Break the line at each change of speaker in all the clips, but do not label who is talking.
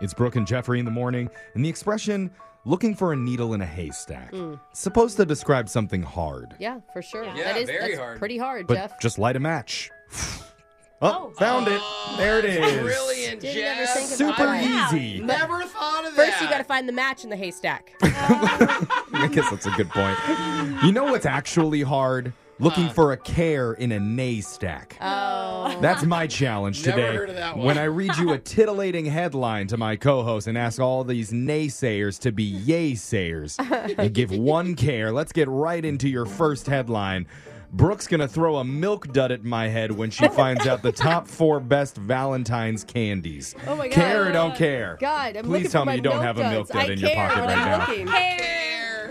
It's Brooke and Jeffrey in the morning, and the expression looking for a needle in a haystack is supposed to describe something hard.
Mm. Yeah, for sure.
Yeah,
that is
very
that's
hard.
pretty hard,
But
Jeff.
just light a match. oh,
Oh.
found it. There it is.
Brilliant,
Didn't
Jeff.
ever think about
Super
it.
Wow.
easy.
Never thought of that.
First, you got to find the match in the haystack.
I guess that's a good point. You know what's actually hard? Looking for a care in a nay stack.
oh,
That's my challenge
Never
today.
heard of that one.
When I read you a titillating headline to my co-host and ask all these naysayers to be yay sayers, you give one care. Let's get right into your first headline. Brooke's gonna throw a milk dud at my head when she finds out the top four best Valentine's candies.
oh my God.
care or don't care.
God, I'm looking
Please
for
tell me
my
you don't have a milk
milk duds.
dud
I
in your
care,
pocket
but
right
I'm
now.
looking.
Care.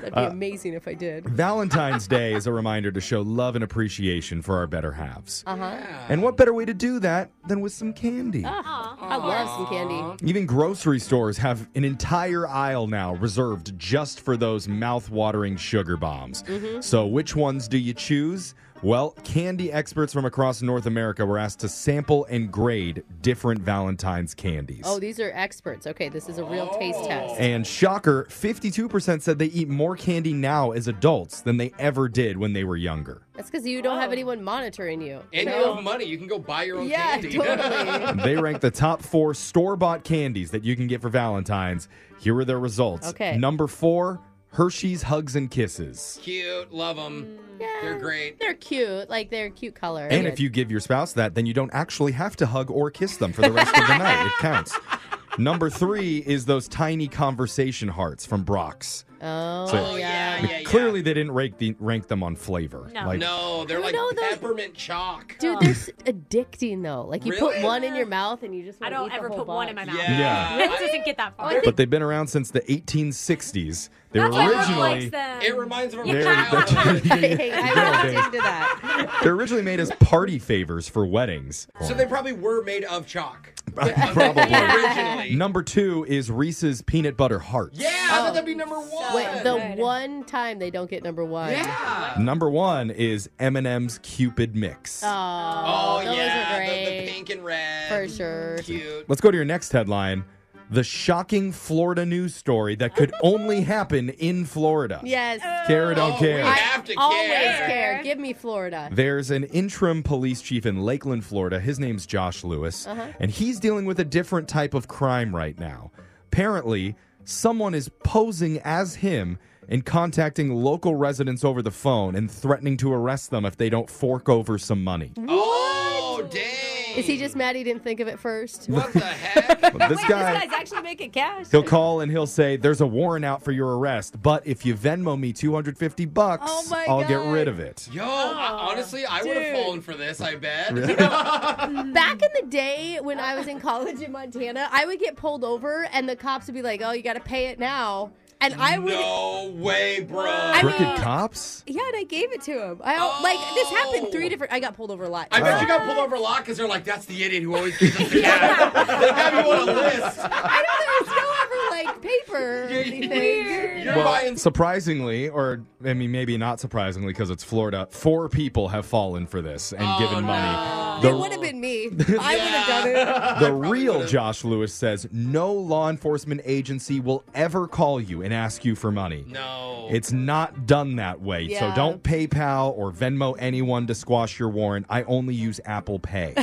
That'd be amazing if I did.
Valentine's Day is a reminder to show love and appreciation for our better halves.
Uh huh.
And what better way to do that than with some candy?
Oh, I love some candy.
Even grocery stores have an entire aisle now reserved just for those mouth-watering sugar bombs.
Mm-hmm.
So which ones do you choose? Well, candy experts from across North America were asked to sample and grade different Valentine's candies.
Oh, these are experts. Okay, this is a real taste test.
And shocker, 52% said they eat more candy now as adults than they ever did when they were younger.
That's because you don't have anyone monitoring you.
And you
No.
have money. You can go buy your own
Yeah,
candy.
totally.
they ranked the top four store-bought candies that you can get for Valentine's. Here are their results.
Okay.
Number four, Hershey's Hugs and Kisses.
Cute. Love them.
Mm.
They're great.
They're cute. Like they're cute color.
And if you give your spouse that, then you don't actually have to hug or kiss them for the rest of the night. It counts. Number three is those tiny conversation hearts from Brock's.
Oh,
So-
yeah.
Yeah, yeah, yeah.
Clearly, they didn't rank, the, rank them on flavor.
No.
No, they're
I
like
know those-
peppermint chalk.
Dude, they're s- addicting though. Like you put
Really?
one in your mouth and you just
I
wanna
don't
eat the
ever
whole
put one in my
box.
mouth.
Yeah.
Uh,
It doesn't get that far.
But they've been around since the 1860s. They were
That's why Brooke
originally
likes them.
It reminds me of
They're-
a
they're-
childhood.
Hey, I
Good
was into that.
they're originally made as party favors for weddings.
So they probably were made of chalk.
probably.
Originally.
Number two is Reese's peanut butter hearts.
Yeah, I thought that'd be number one.
Wait, the one time they don't get number one.
yeah.
Number one is M&M's Cupid mix.
Oh,
Oh,
those
yeah.
are
the-
great
The, pink and red.
for sure.
Cute.
Let's go to your next headline. The shocking Florida news story that could only happen in Florida.
Yes,
Care or don't
Oh,
care.
we have to
always
care.
care. Give me Florida.
There's an interim police chief in Lakeland, Florida. His name's Josh Lewis, and he's dealing with a different type of crime right now. Apparently, someone is posing as him and contacting local residents over the phone and threatening to arrest them if they don't fork over some money.
Oh, dang.
Is he just mad he didn't think of it first?
What the heck?
But this
Wait,
guy,
this guy's actually making cash.
he'll call and he'll say, "There's a warrant out for your arrest, but if you Venmo me 250 bucks,
Oh my
I'll get
God.
rid of it."
Yo,
Oh,
I, honestly, I would have
dude.
fallen for this, I bet.
Back in the day when I was in college in Montana, I would get pulled over and the cops would be like, "Oh, you got to pay it now," and I would.
no way, bro.
I mean-
Crooked cops?
Yeah, and I gave it to him. I don't, like this happened three
Oh.
different. I got pulled over a lot.
I bet you got pulled over a lot because they're like, that's the idiot who always gives us the yeah. They have you on a list.
I don't know. There's no ever like paper or anything.
You're
Well,
buying
surprisingly, or I mean, maybe not surprisingly because it's Florida, four people have fallen for this
Oh,
and given
Oh,
money.
It would have been me. I would have done it.
The real Josh Lewis says no law enforcement agency will ever call you and ask you for money.
No.
It's not done that way. So
Yeah.
don't PayPal or Venmo anyone to squash your warrant. I only use Apple Pay.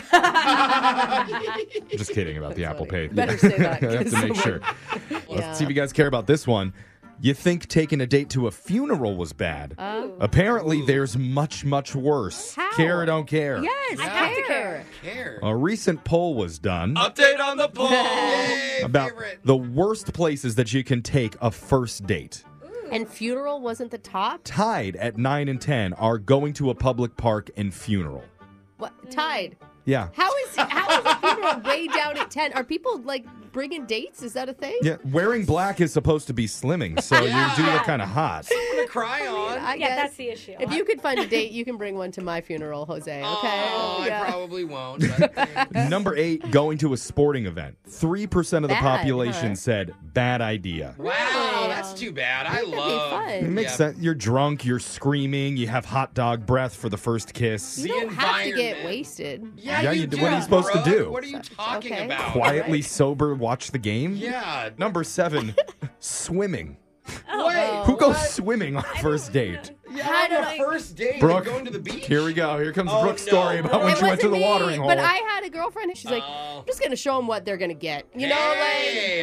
Just kidding about the
That's
Apple Pay.
funny. Better say that,
I have to
'cause-
make sure.
Yeah.
Let's see if you guys care about this one. You think taking a date to a funeral was bad? Apparently, there's much, much worse.
Oh. How?
Care or don't care.
Yes, I
have to care.
care.
A recent poll was done
Update on the poll. Yay,
about
favorite.
the worst places that you can take a first date.
And funeral wasn't the top.
Tied at 9 and 10 are going to a public park and funeral.
Mm.
What tied?
Yeah.
How is how is a funeral way down at ten? Are people like bringing dates? Is that a thing?
Yeah, wearing black is supposed to be slimming, so you do look kind of hot.
Something to cry on.
I
Yeah,
guess.
that's the issue.
If you could find a date, you can bring one to my funeral, Jose. Okay.
Oh,
Yeah.
I probably won't. But,
Number eight, going to a sporting event. 3% of the
Bad,
population
huh?
said bad idea.
wow, that's too bad. I
That'd be
love.
fun.
It makes
yeah.
sense. You're drunk, you're screaming, you have hot dog breath for the first kiss.
You
The
don't have to get
environment.
wasted.
Yeah,
Yeah,
you,
you do-
do.
what are you supposed to
bruh.
do?
What are you talking
okay.
about?
Quietly sober, watch the game.
Yeah.
Number seven, swimming.
Oh,
Wait,
Who goes
what?
swimming on a first date?
Yeah, on
Like-
a first date,
Brooke,
Brooke, going to the beach.
Here we go. Here comes
Oh,
Brooke's
no,
story about when
it
she went to
wasn't
the watering
me,
hole.
but I had a girlfriend, and she's like,
Oh.
"I'm just gonna show them what they're gonna get." You know,
Hey,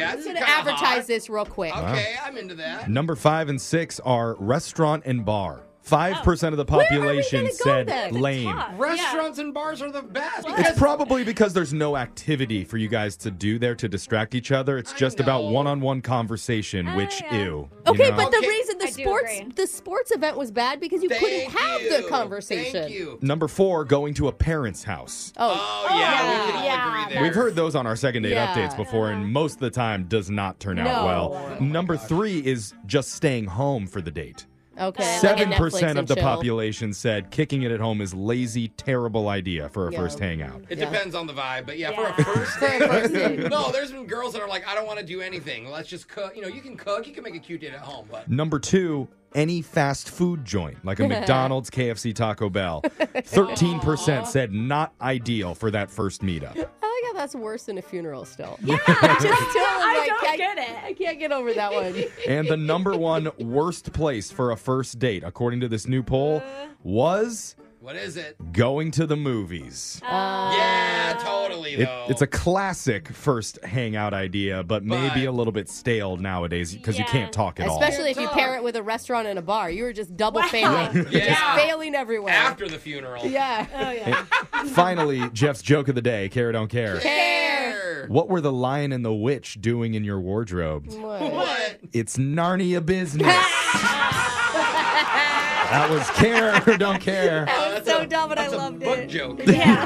like
that's
I'm just gonna
kinda hot.
advertise this real quick.
Uh,
Okay, I'm into that.
Number five and six are restaurant and bar. Five
Oh.
percent of the population
go
said
then? The
lame.
Top.
Restaurants and bars are the best.
It's probably because there's no activity for you guys to do there to distract each other. It's
I
just about
know.
one-on-one conversation, which
yeah.
ew. you
Okay,
know?
but the
Okay.
reason the
I do
sports
agree.
the sports event was bad because you
Thank
couldn't have
you.
the conversation.
Thank you.
number four, going to a parent's house.
Oh,
Oh, yeah, we can all
yeah.
agree there.
We've heard those on our second date
Yeah.
updates before, and most of the time does not turn out
No.
well.
Oh
Number three is just staying home for the date.
okay. like a
Seven percent
Netflix
of
and
the
chill.
population said kicking it at home is lazy, terrible idea for a
Yeah.
first hangout.
It
Yeah.
depends on the vibe, but yeah, for
Yeah.
a first
For a first
date.
date.
no, there's been girls that are like, I don't want to do anything. Let's just cook. You know, you can cook. You can make a cute date at home, but
Number two, any fast food joint like a McDonald's, KFC, Taco Bell. 13% said not ideal for that first meetup.
I like how that's worse than a funeral still. Yeah, just still,
I
I
don't
I,
get it.
I can't get over that one.
And the number one worst place for a first date, according to this new poll, was
what is it?
going to the movies.
Uh,
yeah, totally
It-
though.
it's a classic first hangout idea, but maybe
But-
a little bit stale nowadays because you
Yeah.
can't talk at all.
Especially if you
Talk.
pair it with a restaurant and a bar. You were just double failing.
Yeah.
Just failing everywhere.
after the funeral.
Yeah.
Oh yeah.
Finally, Jeff's joke of the day, care or don't care.
Care.
What were the lion and the witch doing in your wardrobe?
What?
What?
It's Narnia business. that was care or don't care.
Oh,
was
that's
so
a-
dumb, and I
that's a
loved
book
it.
Joke.
yeah.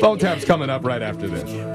Phone tap's coming up right after this.